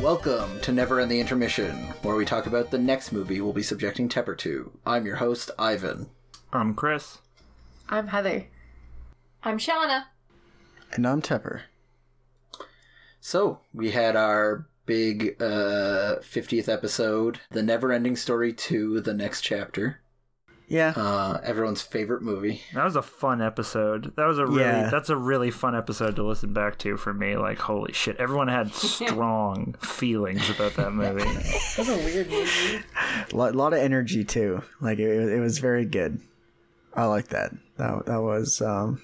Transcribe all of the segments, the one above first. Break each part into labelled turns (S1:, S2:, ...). S1: Welcome to Never End the Intermission, where we talk about the next movie we'll be subjecting Tepper to. I'm your host, Ivan.
S2: I'm Um, Chris.
S3: I'm Heather.
S4: I'm Shauna.
S5: And I'm Tepper.
S1: So, we had our big uh, 50th episode, The Never Ending Story 2, The Next Chapter.
S5: Yeah.
S1: Uh, everyone's favorite movie.
S2: That was a fun episode. That was a really
S5: Yeah.
S2: that's a really fun episode to listen back to for me. Like holy shit, everyone had strong feelings about that movie.
S1: That was a weird movie.
S5: A lot, lot of energy, too. Like, it, it was very good. I like that. That, that was, um,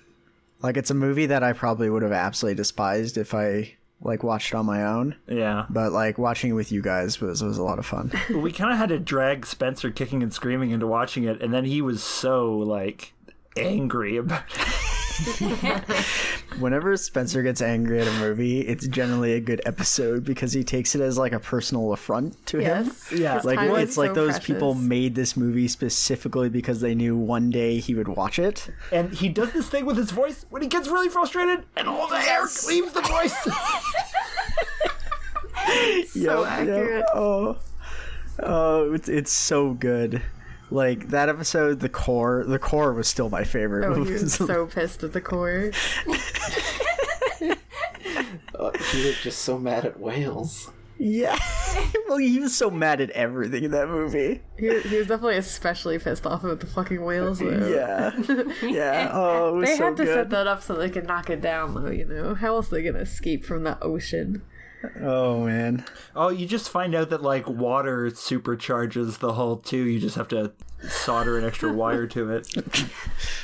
S5: like, it's a movie that I probably would have absolutely despised if I, like, watched on my own.
S2: yeah.
S5: But, like, watching it with you guys was, was a lot of fun.
S2: We kind of had to drag Spencer kicking and screaming into watching it and then he was so like angry about it.
S5: Whenever Spencer gets angry at a movie, it's generally a good episode because he takes it as, like, a personal affront to him.
S3: Yes.
S2: Yeah.
S3: His
S5: Like
S3: time
S5: it's
S3: is
S5: like
S3: so
S5: those
S3: precious.
S5: people made this movie specifically because they knew one day he would watch it.
S2: And he does this thing with his voice when he gets really frustrated and all the air leaves the voice.
S3: So accurate.
S5: Oh, oh, it's it's so good. Like that episode, the core, the core was still my favorite.
S3: Oh, you're so pissed at the core.
S1: Uh, he was just so mad at whales.
S5: yeah, well, he was so mad at everything in that movie.
S3: He, he was definitely especially pissed off about the fucking whales, though.
S5: Yeah, yeah. Oh, it was
S3: Oh. They
S5: so
S3: had to
S5: good.
S3: set that up so they could knock it down, though, you know? How else are they going to escape from the ocean?
S5: oh man,
S2: Oh, you just find out that like water supercharges the hull too. You just have to solder an extra wire to it.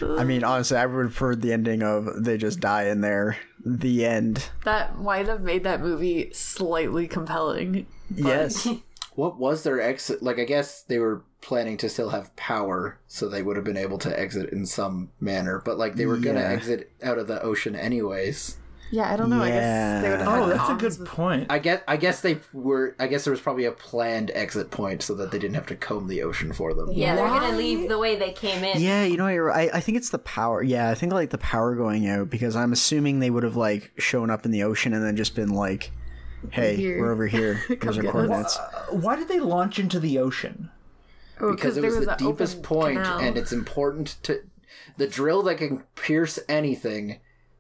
S5: I mean, honestly, I would have preferred the ending of they just die in there. The end.
S3: That might have made that movie slightly compelling.
S5: Yes.
S1: What was their exit? Like, I guess they were planning to still have power, so they would have been able to exit in some manner, but like they were gonna
S5: Yeah.
S1: exit out of the ocean anyways.
S3: Yeah, I don't know. I guess they would have
S5: Yeah.
S3: had
S2: Oh, that's a
S3: comms
S2: good point.
S1: I guess I guess they were I guess there was probably a planned exit point so that they didn't have to comb the ocean for them.
S4: Yeah, they're
S5: Why?
S4: gonna leave the way they came in.
S5: Yeah, you know, you're, I I think it's the power. Yeah, I think like the power going out because I'm assuming they would have like shown up in the ocean and then just been like, "Hey,
S3: Here.
S5: we're over here. Here's our
S3: get us."
S5: coordinates."
S2: Uh, Why did they launch into the ocean?
S3: Oh,
S1: Because it
S3: there
S1: was, the
S3: that
S1: deepest
S3: open
S1: point,
S3: canal.
S1: and it's important to the drill that can pierce anything.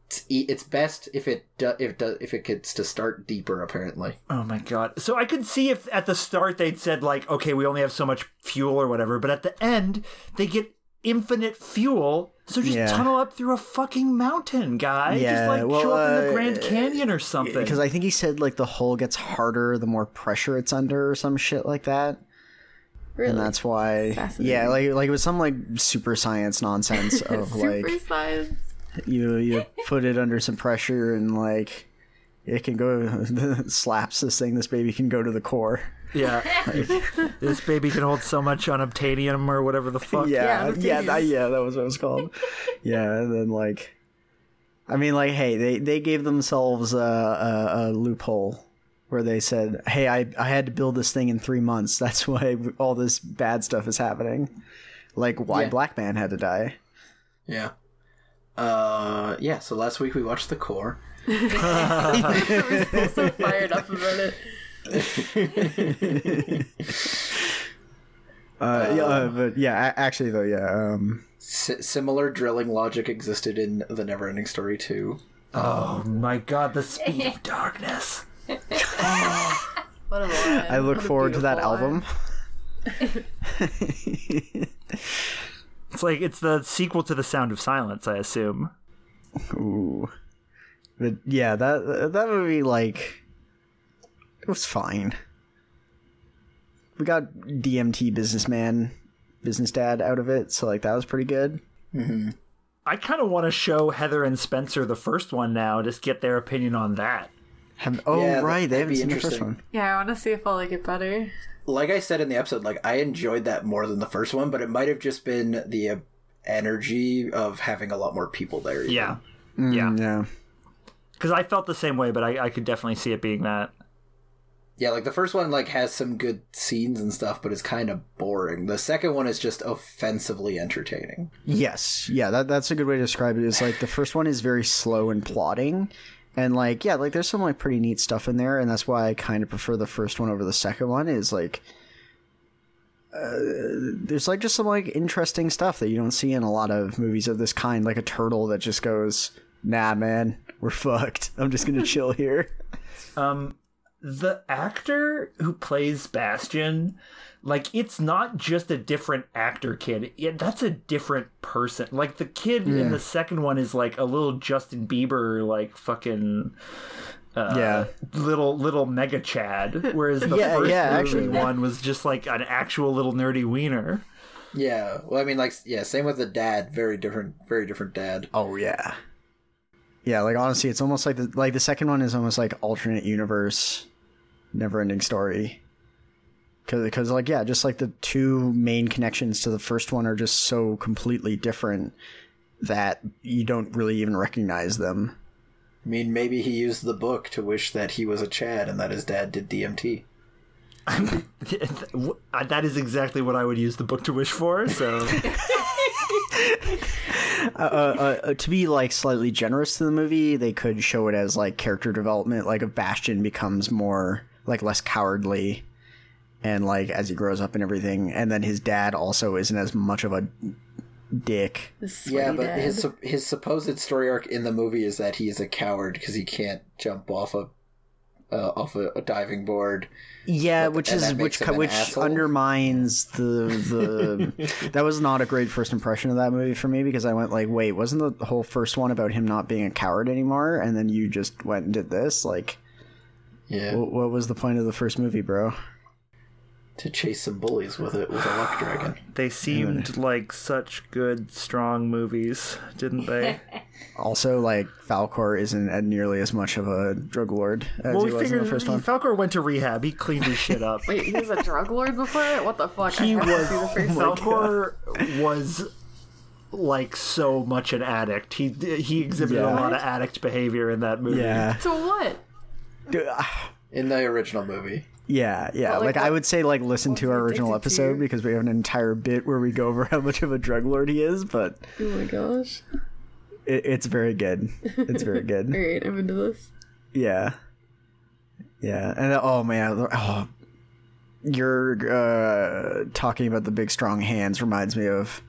S1: It's, e- it's best if it do, if do, if it gets to start deeper. Apparently,
S2: Oh my god. So I could see if at the start they'd said like, okay, we only have so much fuel or whatever, but at the end they get infinite fuel. So just
S5: Yeah.
S2: tunnel up through a fucking mountain, guy.
S5: Yeah,
S2: just like
S5: well,
S2: show up in the
S5: uh,
S2: Grand Canyon or something.
S5: Because I think he said like the hole gets harder the more pressure it's under or some shit like that,
S3: really
S5: and that's why.
S3: Fascinating.
S5: Yeah, like like it was some like super science nonsense of
S3: super
S5: like
S3: size.
S5: you you put it under some pressure and like it can go slaps this thing. This baby can go to the core.
S2: yeah. this baby can hold so much unobtainium or whatever the fuck.
S5: yeah,
S3: Yeah, the
S5: yeah,
S3: thing
S5: that,
S3: is-
S5: yeah, that was what it was called. yeah, and then like, I mean, like, hey, they they gave themselves a, a, a loophole where they said, hey, I I had to build this thing in three months. That's why all this bad stuff is happening. Like, why
S1: Yeah.
S5: black man had to die?
S1: yeah, uh, yeah. So last week we watched the core.
S3: We're still so fired up about it.
S5: Uh, yeah, uh, but yeah, a- actually though, yeah, um,
S1: S- similar drilling logic existed in the Neverending Story too.
S2: Oh my god, the speed of darkness.
S3: What a line.
S5: I look
S3: What a
S5: forward to that
S3: beautiful line.
S5: album.
S2: It's like it's the sequel to The Sound of Silence, I assume.
S5: Ooh. But yeah, that that movie like it was fine. We got DMT businessman, business dad out of it, so like that was pretty good.
S2: I kind of want to show Heather and Spencer the first one now, just get their opinion on that.
S5: Have, oh
S1: Yeah, that-
S5: right, they
S1: that'd
S5: haven't
S1: be
S5: seen the first
S1: interesting.
S5: one.
S3: Yeah, I want to see if I like it better.
S1: Like I said in the episode, like I enjoyed that more than the first one, but it might have just been the uh, energy of having a lot more people there. even.
S2: Yeah.
S5: Mm,
S2: yeah.
S5: yeah.
S2: Because I felt the same way, but I, I could definitely see it being that.
S1: Yeah, like the first one like has some good scenes and stuff, but it's kind of boring. The second one is just offensively entertaining.
S5: Yes, yeah, that that's a good way to describe it. Is like the first one is very slow and plodding, and like yeah like there's some like pretty neat stuff in there and that's why i kind of prefer the first one over the second one is like uh, there's like just some like interesting stuff that you don't see in a lot of movies of this kind like a turtle that just goes nah man we're fucked i'm just gonna chill here
S2: Um, the actor who plays Bastion, like, it's not just a different actor kid. It, that's a different person. Like, the kid
S5: Yeah.
S2: in the second one is like a little Justin Bieber, like, fucking. Uh,
S5: Yeah.
S2: little little mega Chad, whereas the
S5: Yeah,
S2: first
S5: yeah,
S2: movie
S5: actually.
S2: one was just like an actual little nerdy wiener.
S1: Yeah. Well, I mean, like, yeah, same with the dad. Very different, very different dad.
S5: oh yeah yeah like honestly it's almost like the like the second one is almost like alternate universe never ending story because like yeah just like the two main connections to the first one are just so completely different that you don't really even recognize them
S1: I mean, maybe he used the book to wish that he was a Chad and that his dad did DMT.
S2: that is exactly what I would use the book to wish for. So
S5: uh, uh, uh, to be like slightly generous to the movie they could show it as like character development like if bastion becomes more like less cowardly and like as he grows up and everything and then his dad also isn't as much of a dick
S3: The sweaty
S1: Yeah, but
S3: dad.
S1: his sup- his supposed story arc in the movie is that he is a coward because he can't jump off a uh, off a, a diving board.
S5: Yeah,
S1: But-
S5: which
S1: and
S5: is
S1: that
S5: which
S1: makes him
S5: co-
S1: an
S5: which
S1: asshole?
S5: undermines the the that was not a great first impression of that movie for me because I went like, wait, wasn't the whole first one about him not being a coward anymore? And then you just went and did this. Like,
S1: Yeah,
S3: Oh.
S5: wh- what was the point of the first movie, bro?
S1: to chase some bullies with it with a luck dragon.
S2: they seemed like such good, strong movies, didn't they?
S5: Also, like Falcor isn't uh, nearly as much of a drug lord as
S2: well,
S5: he
S2: we
S5: was in
S2: figured
S5: the first
S2: he-
S5: one.
S2: Falcor went to rehab. He cleaned his shit up.
S3: Wait, he was a drug lord before it? What the fuck?
S2: he
S3: I have
S2: was
S3: to see
S1: Oh
S3: the first one.
S2: Falcor was like so much an addict. He he exhibited
S5: Yeah.
S2: a lot of addict behavior in that movie.
S5: Yeah,
S3: To what?
S5: Dude, ah,
S1: In the original movie,
S5: yeah, yeah.
S3: But,
S5: like,
S3: like,
S5: I
S3: what-
S5: would say, like listen to our original
S3: addicted to?
S5: episode because we have an entire bit where we go over how much of a drug lord he is, but.
S3: Oh my gosh.
S5: It, it's very good. It's very good.
S3: Alright, I'm into this.
S5: yeah. Yeah. And uh, oh man, oh, your uh, talking about the big strong hands reminds me of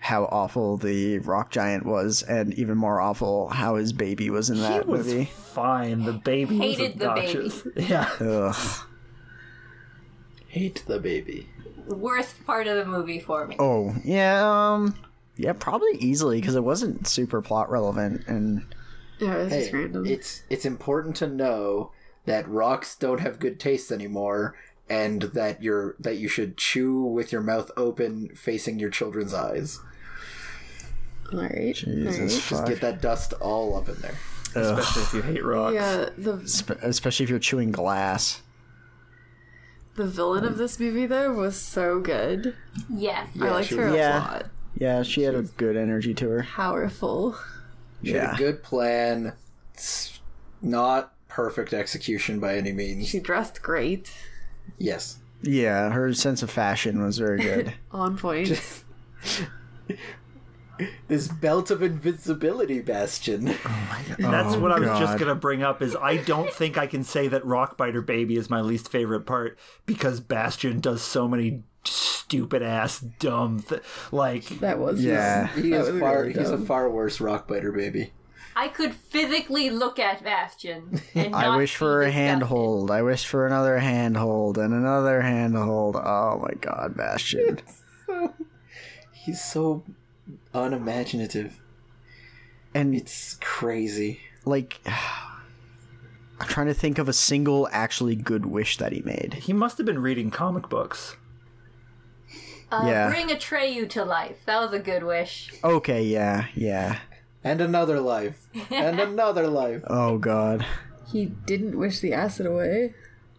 S5: how awful the rock giant was, and even more awful how his baby was in
S2: he
S5: that
S2: was
S5: movie.
S2: fine. The baby was
S4: Hated the baby.
S2: obnoxious. Yeah,
S5: Ugh.
S1: hate the baby.
S4: Worst part of the movie for me.
S5: Oh yeah. Um. Yeah, probably easily because it wasn't super plot relevant, and
S3: Yeah, it was
S1: Hey,
S3: just random.
S1: it's it's important to know that rocks don't have good taste anymore, and that you're that you should chew with your mouth open, facing your children's eyes.
S3: Alright.
S2: Mm,
S5: Jesus
S3: Alright.
S5: fuck.
S1: Get that dust all up in there.
S2: especially if you hate rocks.
S3: Yeah, the
S5: Spe- especially if you're chewing glass.
S3: the villain of this movie though was so good.
S4: Yes.
S3: I liked
S1: she-
S3: her
S5: yeah.
S3: a lot.
S5: Yeah, she had a good energy to her.
S3: Powerful.
S1: She had
S5: Yeah.
S1: a good plan. It's not perfect execution by any means.
S3: She dressed great.
S1: Yes.
S5: Yeah, her sense of fashion was very good.
S3: On point.
S1: This belt of invincibility, Bastion.
S2: That's what I was
S5: Oh, God.
S2: just gonna bring up. Is I don't think I can say that Rockbiter Baby is my least favorite part because Bastion does so many stupid ass dumb th- like
S3: that was
S5: Yeah.
S1: He
S3: That
S1: is
S3: was
S1: far.
S3: really
S1: he's a
S3: dumb.
S1: far worse rock biter, baby.
S4: I could physically look at Bastion. And
S5: I
S4: not
S5: wish
S4: be
S5: for a
S4: disgusted.
S5: handhold. I wish for another handhold and another handhold. Oh my god, Bastion.
S1: He's so unimaginative.
S5: And
S1: It's crazy.
S5: like I'm trying to think of a single actually good wish that he made.
S2: he must have been reading comic books.
S4: Uh,
S5: Yeah.
S4: Bring Atreyu to life. That was a good wish.
S5: Okay, yeah, yeah.
S1: And another life. And another life.
S5: Oh god.
S3: He didn't wish the acid away.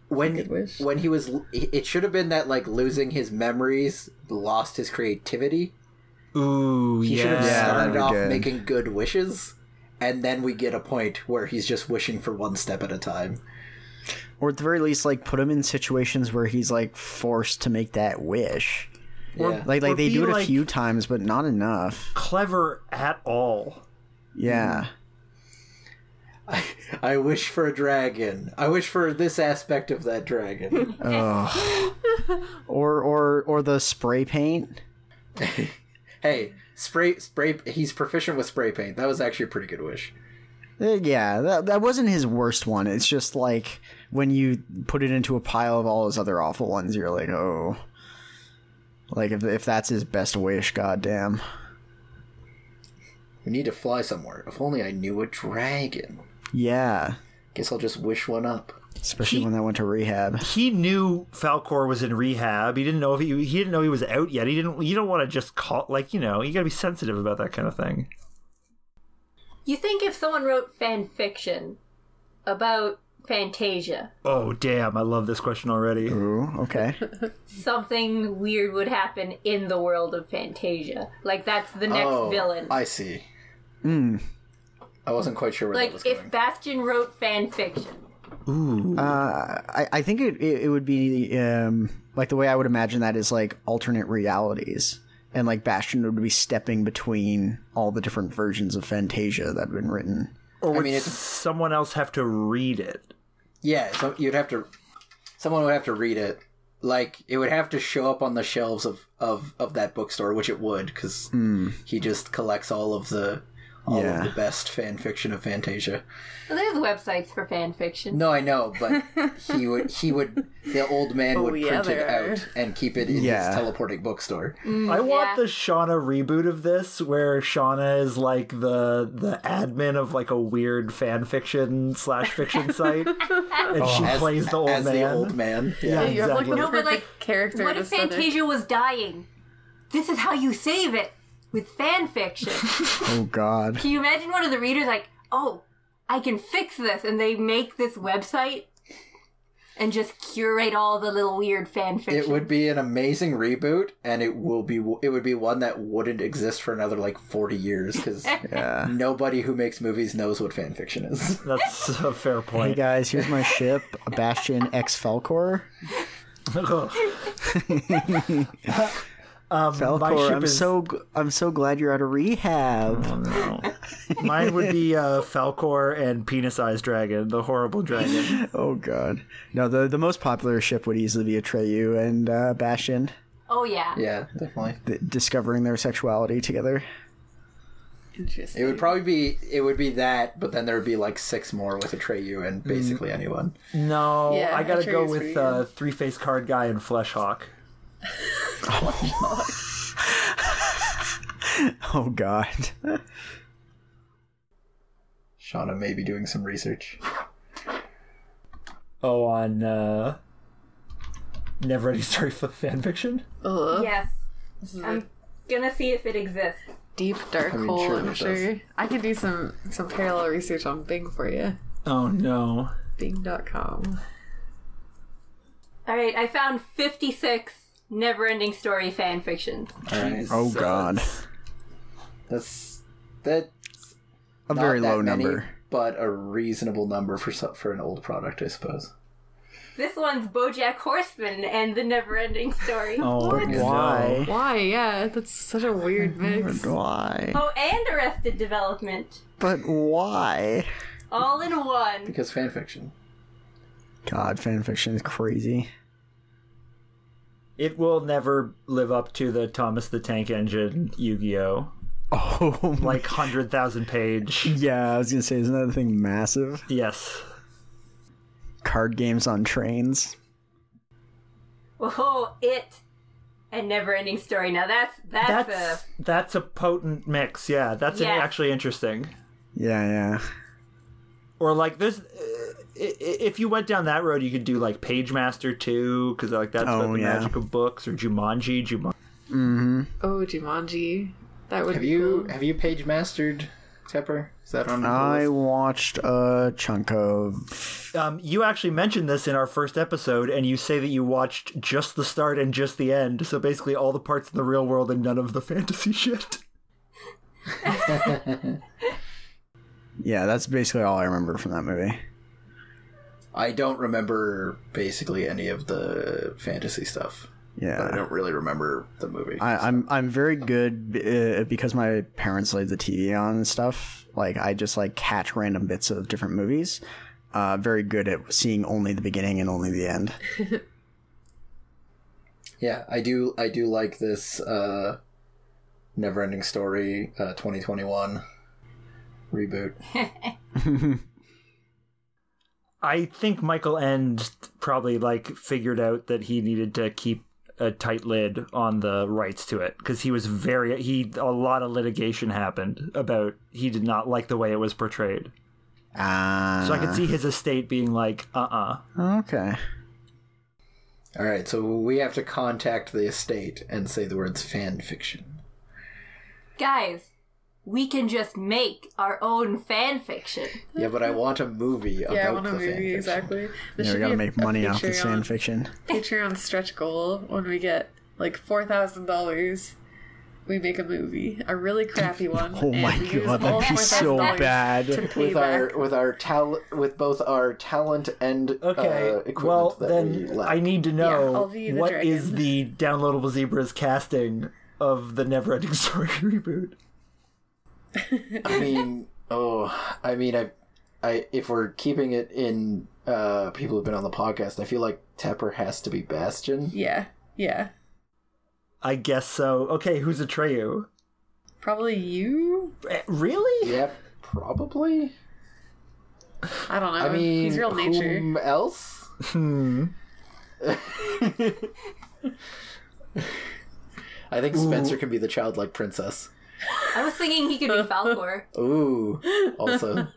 S1: When
S3: Good wish.
S1: when he was, it should have been that like losing his memories lost his creativity.
S2: Ooh,
S1: He should have
S5: Yeah, that'd
S1: started
S5: be
S1: off
S5: good.
S1: making good wishes, and then we get a point where he's just wishing for one step at a time.
S5: Or at the very least, like put him in situations where he's like forced to make that wish.
S1: Yeah.
S5: Like like
S2: Or
S5: they
S2: be
S5: do it a
S2: like-
S5: few times, but not enough.
S2: clever at all.
S5: Yeah.
S1: I, I wish for a dragon. I wish for this aspect of that dragon.
S5: or or or the spray paint.
S1: hey, spray spray. He's proficient with spray paint. That was actually a pretty good wish.
S5: Uh, Yeah, that that wasn't his worst one. It's just like when you put it into a pile of all his other awful ones, you're like, oh, like if if that's his best wish, goddamn.
S1: We need to fly somewhere. If only I knew a dragon.
S5: Yeah,
S1: Guess I'll just wish one up.
S5: especially
S2: He-
S5: when I went to rehab.
S2: he knew Falcor was in rehab. He didn't know if he he didn't know he was out yet. He didn't. You don't want to just call like you know. You got to be sensitive about that kind of thing.
S4: You think if someone wrote fan fiction about Fantasia,
S2: Oh damn! I love this question already.
S5: Ooh, okay.
S4: something weird would happen in the world of Fantasia. Like that's the next
S1: oh,
S4: villain.
S1: I see.
S5: Hmm.
S1: I wasn't quite sure where that was
S4: like
S1: going.
S4: if Bastion wrote fan fiction.
S2: Ooh.
S5: Uh, I I think it it, it would be um like the way I would imagine that is like alternate realities. And like Bastion would be stepping between all the different versions of Fantasia that have been written.
S2: or would
S1: mean, it's-
S2: someone else have to read it?
S1: Yeah, so you'd have to. Someone would have to read it. Like it would have to show up on the shelves of of of that bookstore, which it would, because
S2: Hmm.
S1: he just collects all of the all
S5: Yeah.
S1: of the best fan fiction of Fantasia.
S4: Well, there's websites for fan fiction.
S1: No, I know, but he would he would the old man would
S3: Oh, yeah,
S1: print it
S3: there are.
S1: out and keep it in
S5: Yeah.
S1: his teleporting bookstore.
S2: I
S3: Mm,
S2: want
S4: yeah.
S2: the Shauna reboot of this, where Shauna is like the the admin of like a weird fan fiction slash fiction site, and she
S1: As-
S2: plays the old
S1: Oh. as
S2: man.
S1: the old man.
S2: Yeah,
S1: Yeah.
S3: You have like the
S2: exactly.
S4: No, but,
S3: perfect
S4: like,
S3: character.
S4: What if
S3: aesthetic.
S4: Fantasia was dying? This is how you save it with fan fiction.
S5: Oh God.
S4: Can you imagine one of the readers like, oh, I can fix this, and they make this website and just curate all the little weird fan fiction?
S1: It would be an amazing reboot, and it will be it would be one that wouldn't exist for another like forty years because
S5: Yeah.
S1: nobody who makes movies knows what fan fiction is.
S2: That's a fair
S5: Hey
S2: point.
S5: guys, here's my ship, a Bastion X Falcor.
S2: Ugh. um, my
S5: Falcor,
S2: ship
S5: I'm
S2: is,
S5: so g- I'm so glad you're out of rehab.
S2: Mine would be uh, Falcor and Penis Eyes Dragon, the horrible dragon.
S5: Oh God. No, the the most popular ship would easily be Atreyu and uh, Bastion
S4: oh yeah.
S1: yeah, definitely.
S5: th- discovering their sexuality together.
S3: Interesting.
S1: It would probably be it would be that, but then there would be like six more with Atreyu
S5: Mm.
S1: and basically anyone.
S2: No,
S3: Yeah,
S2: I gotta
S3: Atreus
S2: go
S3: for
S2: with
S3: you.
S2: uh, Three Face Card Guy and Fleshhawk.
S5: Oh God.
S1: Shauna may be doing some research.
S2: Oh, on uh, Never Ending Story f- fanfiction?
S3: Ugh.
S4: Yes.
S3: This is a
S4: I'm gonna see if it exists.
S3: deep dark
S1: I mean,
S3: hole.
S1: sure
S3: I'm
S1: it
S3: sure.
S1: does.
S3: I could do some some parallel research on Bing for you.
S2: Oh no.
S3: Bing.com.
S4: All right, I found 56 never-ending story fan fictions.
S1: All right,
S5: Oh God.
S1: that's that.
S5: A
S1: not
S5: very
S1: that
S5: low
S1: many,
S5: number.
S1: but a reasonable number for so- for an old product, I suppose.
S4: This one's BoJack Horseman and the Never-Ending Story.
S2: Oh, no.
S5: Why?
S3: Why? Yeah, that's such a weird mix.
S5: But why?
S4: Oh, and Arrested Development,
S5: But why?
S4: all in one.
S1: Because fanfiction.
S5: God, fanfiction is crazy.
S2: It will never live up to the Thomas the Tank Engine Yu Gi Oh!
S5: Oh my.
S2: Like 100,000 page.
S5: Yeah, I was gonna say, isn't that thing massive?
S2: Yes.
S5: Card games on trains.
S4: Oh, it and Never-Ending Story. Now that's that's, uh,
S2: That's that's a potent mix. Yeah, that's
S4: Yes.
S2: actually interesting.
S5: Yeah, yeah.
S2: Or like this, if you went down that road, you could do like Pagemaster too, because like that's
S5: Oh,
S2: about the
S5: yeah.
S2: magic of books or Jumanji. Jumanji.
S3: Oh, Jumanji. That would
S1: Have
S3: be
S1: you
S3: cool.
S1: have you page mastered Tepper? Is that on?
S5: I watched a chunk of.
S2: Um, you actually mentioned this in our first episode, and you say that you watched just the start and just the end. So basically, all the parts in the real world and none of the fantasy shit.
S5: Yeah, that's basically all I remember from that movie.
S1: I don't remember basically any of the fantasy stuff.
S5: Yeah.
S1: but I don't really remember the movie.
S5: I, I'm I'm very good b- uh, because my parents laid the TV on and stuff. Like I just like catch random bits of different movies. Uh, very good at seeing only the beginning and only the end.
S1: yeah, I do. I do like this uh, never-ending story, uh, 2021 reboot.
S2: I think Michael End probably like figured out that he needed to keep a tight lid on the rights to it because he was very he a lot of litigation happened about he did not like the way it was portrayed.
S5: Ah,
S2: So I could see his estate being like, uh uh
S5: Okay,
S1: All right, so we have to contact the estate and say the words fan fiction.
S4: Guys, we can just make our own fan fiction.
S1: Yeah, but I want a movie about
S3: Yeah, I want
S1: the
S3: a
S1: fan
S3: movie
S1: fiction.
S3: exactly. There
S5: yeah,
S3: should
S5: we
S3: be
S5: gotta
S3: a-
S5: make
S3: a
S5: money off this fan
S3: Patreon-
S5: fiction.
S3: Patreon stretch goal when we get like four thousand dollars. We make a movie, a really crappy one.
S5: Oh
S3: and
S5: my
S3: we use
S5: God, that'd
S3: all
S5: be so
S3: $4,000
S5: bad.
S3: To pay
S1: With
S3: back.
S1: our with our talent with both our talent and
S2: Okay.
S1: uh, equipment
S2: well,
S1: that we
S2: then
S1: lack.
S2: I need to
S3: Yeah,
S2: know
S3: I'll be the
S2: what
S3: dragon.
S2: is the downloadable zebras casting of the Neverending Story reboot.
S1: I mean, oh, I mean, I, I if we're keeping it in uh people who've been on the podcast, I feel like Tepper has to be Bastion.
S3: Yeah, yeah.
S2: I guess so. Okay, who's Atreyu?
S3: Probably you.
S2: Eh, Really?
S1: Yeah, probably.
S3: I don't know.
S1: I mean,
S3: Oh, he's real nature.
S1: whom else?
S2: Hmm.
S1: I think Spencer can be the childlike princess.
S4: I was thinking he could be Falcor.
S1: Ooh, also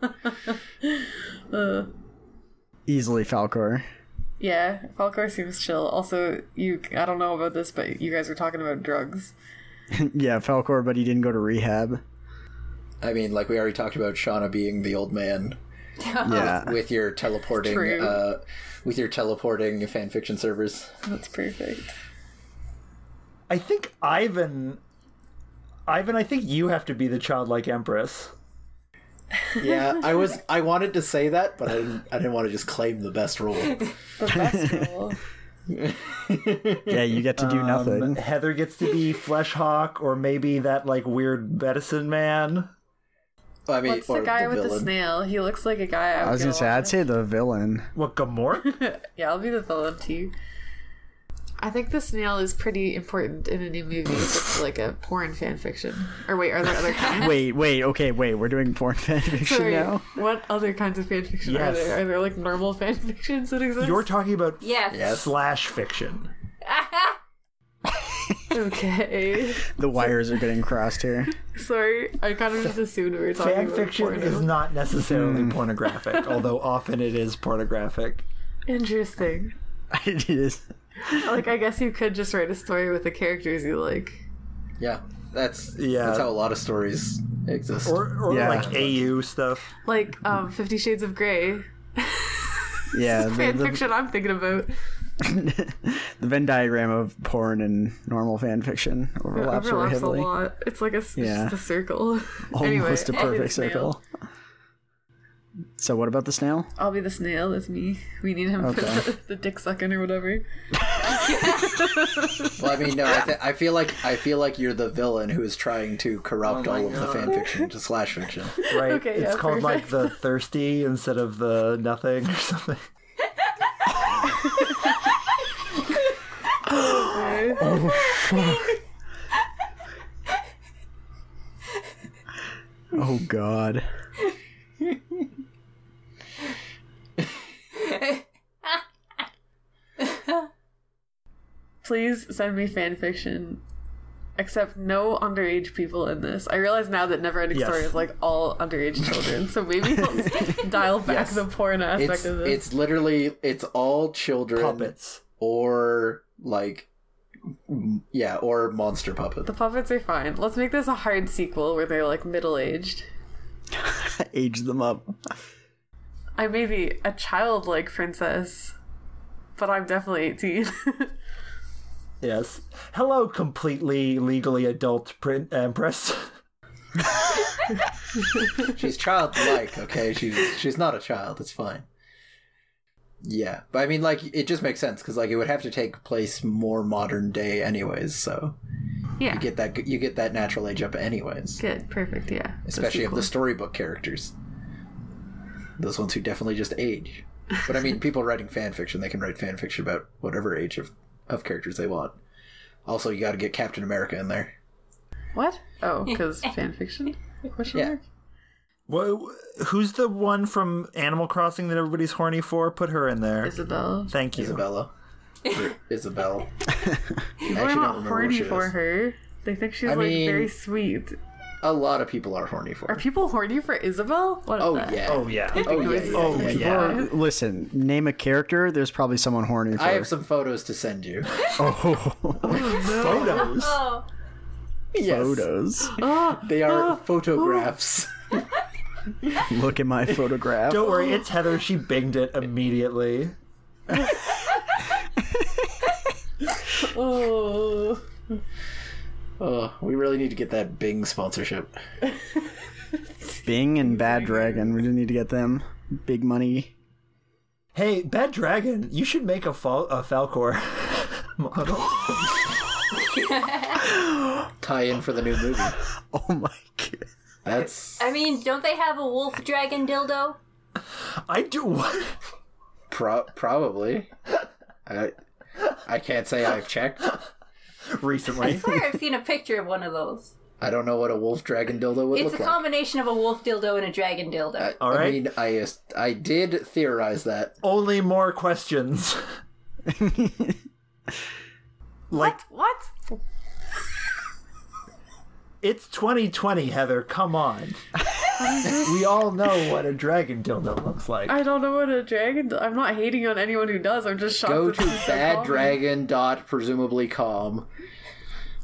S5: Easily Falcor.
S3: Yeah, Falcor seems chill. Also, you. I don't know about this, but you guys were talking about drugs.
S5: yeah, Falcor, but he didn't go to rehab.
S1: I mean, like we already talked about Shauna being the old man
S5: Yeah,
S1: with your teleporting,
S3: True.
S1: uh, with your teleporting fanfiction servers.
S3: That's perfect.
S2: I think Ivan. Ivan, I think you have to be the childlike empress.
S1: Yeah, I was, I wanted to say that, but I didn't, I didn't want to just claim the best role.
S3: The best role.
S5: yeah, you get to do
S2: Um,
S1: Mm.
S5: nothing.
S2: Heather gets to be Fleshhawk, or maybe that like weird medicine man.
S1: I mean,
S3: What's
S1: or
S3: the guy with the
S1: villain.
S3: snail? He looks like a guy. I,
S5: I
S3: would
S5: was
S3: get
S5: gonna say,
S3: along
S5: I'd say the villain.
S2: What Gamork?
S3: with. Yeah, I'll be the villain too. I think the snail is pretty important in a new movie that's like a porn fan fiction. Or wait, are there other kinds?
S5: Wait, wait, okay, wait. We're doing porn fan fiction
S3: Sorry,
S5: now.
S3: what other kinds of fan fiction are
S2: Yes.
S3: there? Are there like normal fan fictions that exist?
S2: You're talking about
S4: Yes.
S2: slash fiction.
S3: okay.
S5: The wires are getting crossed here.
S3: Sorry, I kind of just assumed we were talking
S2: Fan
S3: about
S2: fiction
S3: porno.
S2: is not necessarily pornographic, although often it is pornographic.
S3: Interesting.
S5: it is.
S3: Like, I guess you could just write a story with the characters you like.
S1: Yeah, that's
S2: Yeah.
S1: That's how a lot of stories exist.
S2: Or, or
S5: Yeah.
S2: like AU stuff.
S3: Like, um, Fifty Shades of Grey.
S5: Yeah, the-
S3: fan
S5: the-
S3: fiction I'm thinking about.
S5: the Venn diagram of porn and normal fan fiction overlaps, really
S3: overlaps a
S5: heavily.
S3: lot. It's like a, s-
S5: Yeah.
S3: just a circle.
S5: Almost
S3: anyway,
S5: a
S3: I'll be the
S5: perfect
S3: snail.
S5: circle. So what about the snail?
S3: I'll be the snail. That's me. We need him for
S5: Okay.
S3: the, the dick sucking or whatever.
S1: well, I mean, no, I, th- I feel like I feel like you're the villain who is trying to corrupt all of the fan fiction to slash fiction.
S2: Right.
S3: Okay,
S2: it's
S3: yeah,
S2: called like the thirsty instead of the nothing or something.
S5: Oh god.
S3: Please send me fan fiction. Except no underage people in this. I realize now that Neverending
S2: Yes.
S3: Story is like all underage children, so maybe we'll dial back
S2: Yes.
S3: the porn aspect
S1: It's
S3: of this.
S1: it's literally it's all children
S2: Puppets.
S1: or like m- yeah or monster puppet.
S3: The puppets are fine. Let's make this a hard sequel where they're like middle aged.
S5: Age them up.
S3: I may be a childlike princess, but I'm definitely 18.
S2: Yes. Hello, completely legally adult print empress.
S1: She's childlike, okay? She's she's not a child. It's fine. Yeah, but I mean, like, it just makes sense because like it would have to take place more modern day, anyways. So
S3: Yeah.
S1: you get that you get that natural age up, anyways.
S3: Good. Perfect. Yeah. That's
S1: Especially of
S3: cool.
S1: the storybook characters, those ones who definitely just age. But I mean, people writing fan fiction, they can write fan fiction about whatever age of of characters they want. Also, you got to get Captain America in there.
S3: What? Oh, because fan fiction? Question
S1: Yeah.
S3: mark?
S2: Wha- who's the one from Animal Crossing that everybody's horny for? Put her in there.
S3: Isabel.
S2: Thank you.
S1: Isabella. Or Isabel.
S3: People
S1: actually don't
S3: are not
S1: remember what
S3: horny
S1: she
S3: for
S1: is.
S3: her. They think she's
S1: I
S3: like
S1: mean-
S3: very sweet.
S1: A lot of people are horny for.
S3: Are
S1: her.
S3: people horny for Isabel? What
S1: Oh
S3: the-
S1: yeah.
S2: Oh yeah.
S1: Oh yeah. yeah,
S2: Oh
S1: yeah.
S2: yeah.
S5: Or, listen, name a character. There's probably someone horny for.
S1: I have some photos to send you.
S5: oh,
S2: Photos.
S4: Oh,
S1: yes, Oh.
S5: photos.
S1: they are photographs.
S5: Look at my photograph.
S2: Don't worry, it's Heather. She binged it immediately.
S3: Oh.
S1: Oh, we really need to get that Bing sponsorship.
S5: Bing and Bad Dragon. We didn't need to get them. Big money.
S2: Hey, Bad Dragon, you should make a, fal- a Falcor model.
S1: Tie in for the new movie.
S5: Oh my god.
S1: That's
S4: I mean, don't they have a wolf dragon dildo?
S2: I do what?
S1: pro- probably. I I can't say I've checked.
S2: Recently,
S4: I swear I've seen a picture of one of those.
S1: I don't know what a wolf dragon dildo would
S4: It's
S1: look
S4: a
S1: like. Uh,
S4: combination of a wolf dildo and a dragon dildo.
S2: all
S1: I
S2: right.
S1: mean, I as- I did theorize that.
S2: Only more questions. like
S3: What?
S2: it's 2020, Heather. Come on. we all know what a dragon dildo looks like.
S3: I don't know what a dragon. I'm not hating on anyone who does. I'm just shocked.
S1: Go
S3: that
S1: to
S3: this is so common.
S1: baddragon.presumably.com.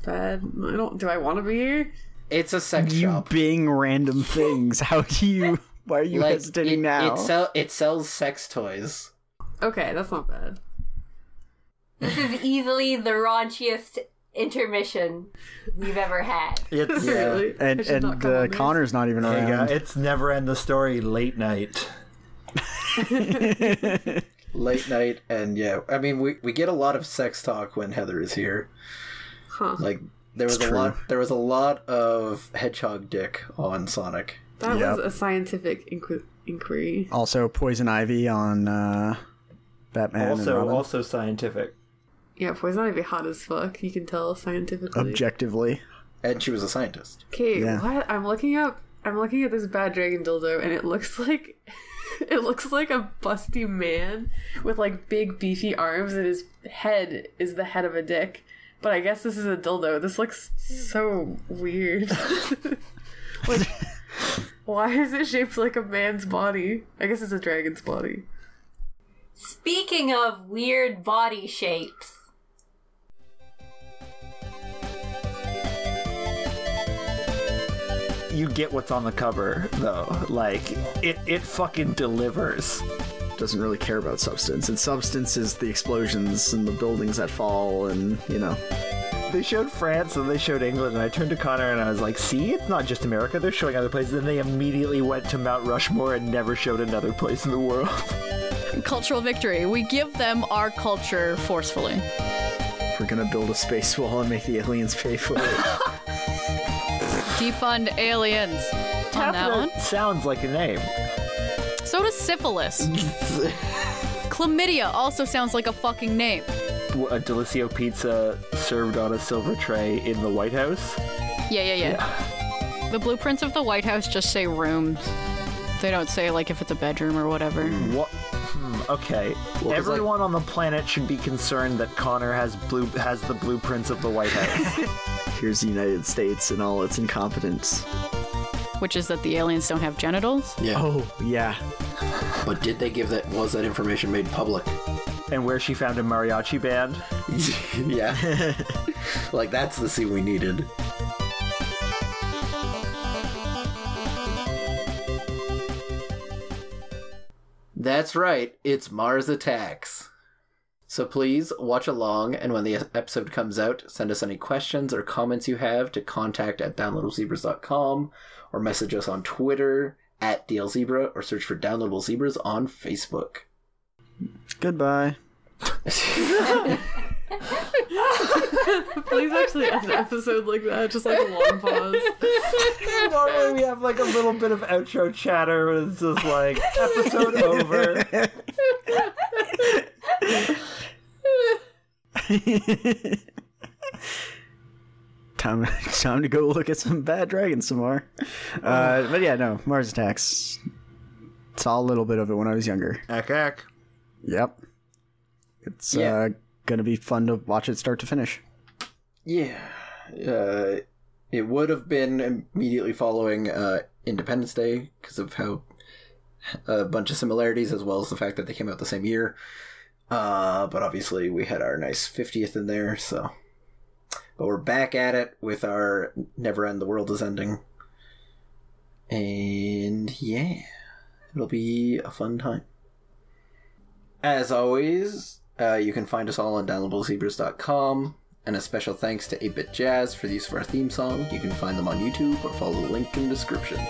S3: Bad. I don't. Do I want to be here?
S1: It's a sex
S5: You
S1: shop.
S5: Bing random things. How do you? Why are you
S1: Like,
S5: hesitating
S1: it,
S5: now?
S1: It, sell- it sells sex toys.
S3: Okay, that's not bad.
S4: This is easily the raunchiest intermission we've ever had.
S2: It's
S1: Yeah.
S3: Really?
S5: and
S3: I should not
S5: and
S3: come on
S5: uh,
S3: these.
S5: Connor's not even
S2: Hey, guy,
S5: around.
S2: it's never end the story. Late night.
S1: late night and yeah i mean we, we get a lot of sex talk when heather is here
S3: Huh.
S1: like there was
S5: It's
S1: a
S5: true.
S1: lot there was a lot of hedgehog dick on sonic
S3: That
S5: Yep.
S3: was a scientific inqu- inquiry.
S5: Also, Poison Ivy on uh, Batman. and
S2: also,
S5: Robin.
S2: also scientific.
S3: Yeah, poison ivy hot as fuck. You can tell scientifically.
S5: objectively,
S1: and she was a scientist
S3: Okay,
S5: Yeah.
S3: what? I'm looking up. I'm looking at this bad dragon dildo, and it looks like it looks like a busty man with like big beefy arms, and his head is the head of a dick. But I guess this is a dildo. This looks so weird. like, why is it shaped like a man's body? I guess it's a dragon's body.
S4: Speaking of weird body shapes,
S2: You get what's on the cover, though. Like it, it fucking delivers.
S5: doesn't really care about substance. And substance is the explosions and the buildings that fall, and you know.
S2: They showed France and they showed England, and I turned to Connor and I was like, "See, it's not just America. They're showing other places." Then they immediately went to Mount Rushmore and never showed another place in the world.
S6: Cultural victory. We give them our culture forcefully.
S5: We're gonna build a space wall and make the aliens pay for it.
S6: Defund aliens. On that
S2: Taffner
S6: one.
S2: sounds like a name.
S6: So does syphilis. Chlamydia also sounds like a fucking name.
S2: A Delicio pizza served on a silver tray in the White House.
S6: Yeah, yeah, yeah. The blueprints of the White House just say rooms. They don't say like if it's a bedroom or whatever.
S2: What? Hmm, okay.
S1: 'cause,
S2: Everyone on the planet should be concerned that Connor has blue has the blueprints of the White House.
S5: Here's the United States and all its incompetence.
S6: Which is that the aliens don't have genitals.
S1: yeah
S5: Oh yeah,
S1: but did they give that was that information made public
S2: and where she found a mariachi band.
S1: yeah like that's the scene we needed That's right, it's Mars Attacks. So please watch along, and when the episode comes out, send us any questions or comments you have to contact at downloadablezebras.com or message us on Twitter at DLZebra or search for Downloadable Zebras on Facebook.
S5: Goodbye.
S3: Please actually end an episode like that, just like a long pause.
S2: Normally we have like a little bit of outro chatter. where It's just like episode over.
S5: time, time to go look at some bad dragons some more. Uh, but yeah, no, Mars Attacks. Saw a little bit of it when I was younger.
S2: Ack ack.
S5: Yep. It's
S1: Yeah.
S5: uh, going to be fun to watch it start to finish.
S1: Yeah. Uh, it would have been immediately following uh, Independence Day because of how a bunch of similarities, as well as the fact that they came out the same year. Uh, but obviously, we had our nice 50th in there, so. But we're back at it with our Never End, the World is Ending. And yeah, it'll be a fun time. As always, uh, you can find us all on downloadablezebras.com. And a special thanks to 8-Bit Jazz for the use of our theme song. You can find them on YouTube or follow the link in the description.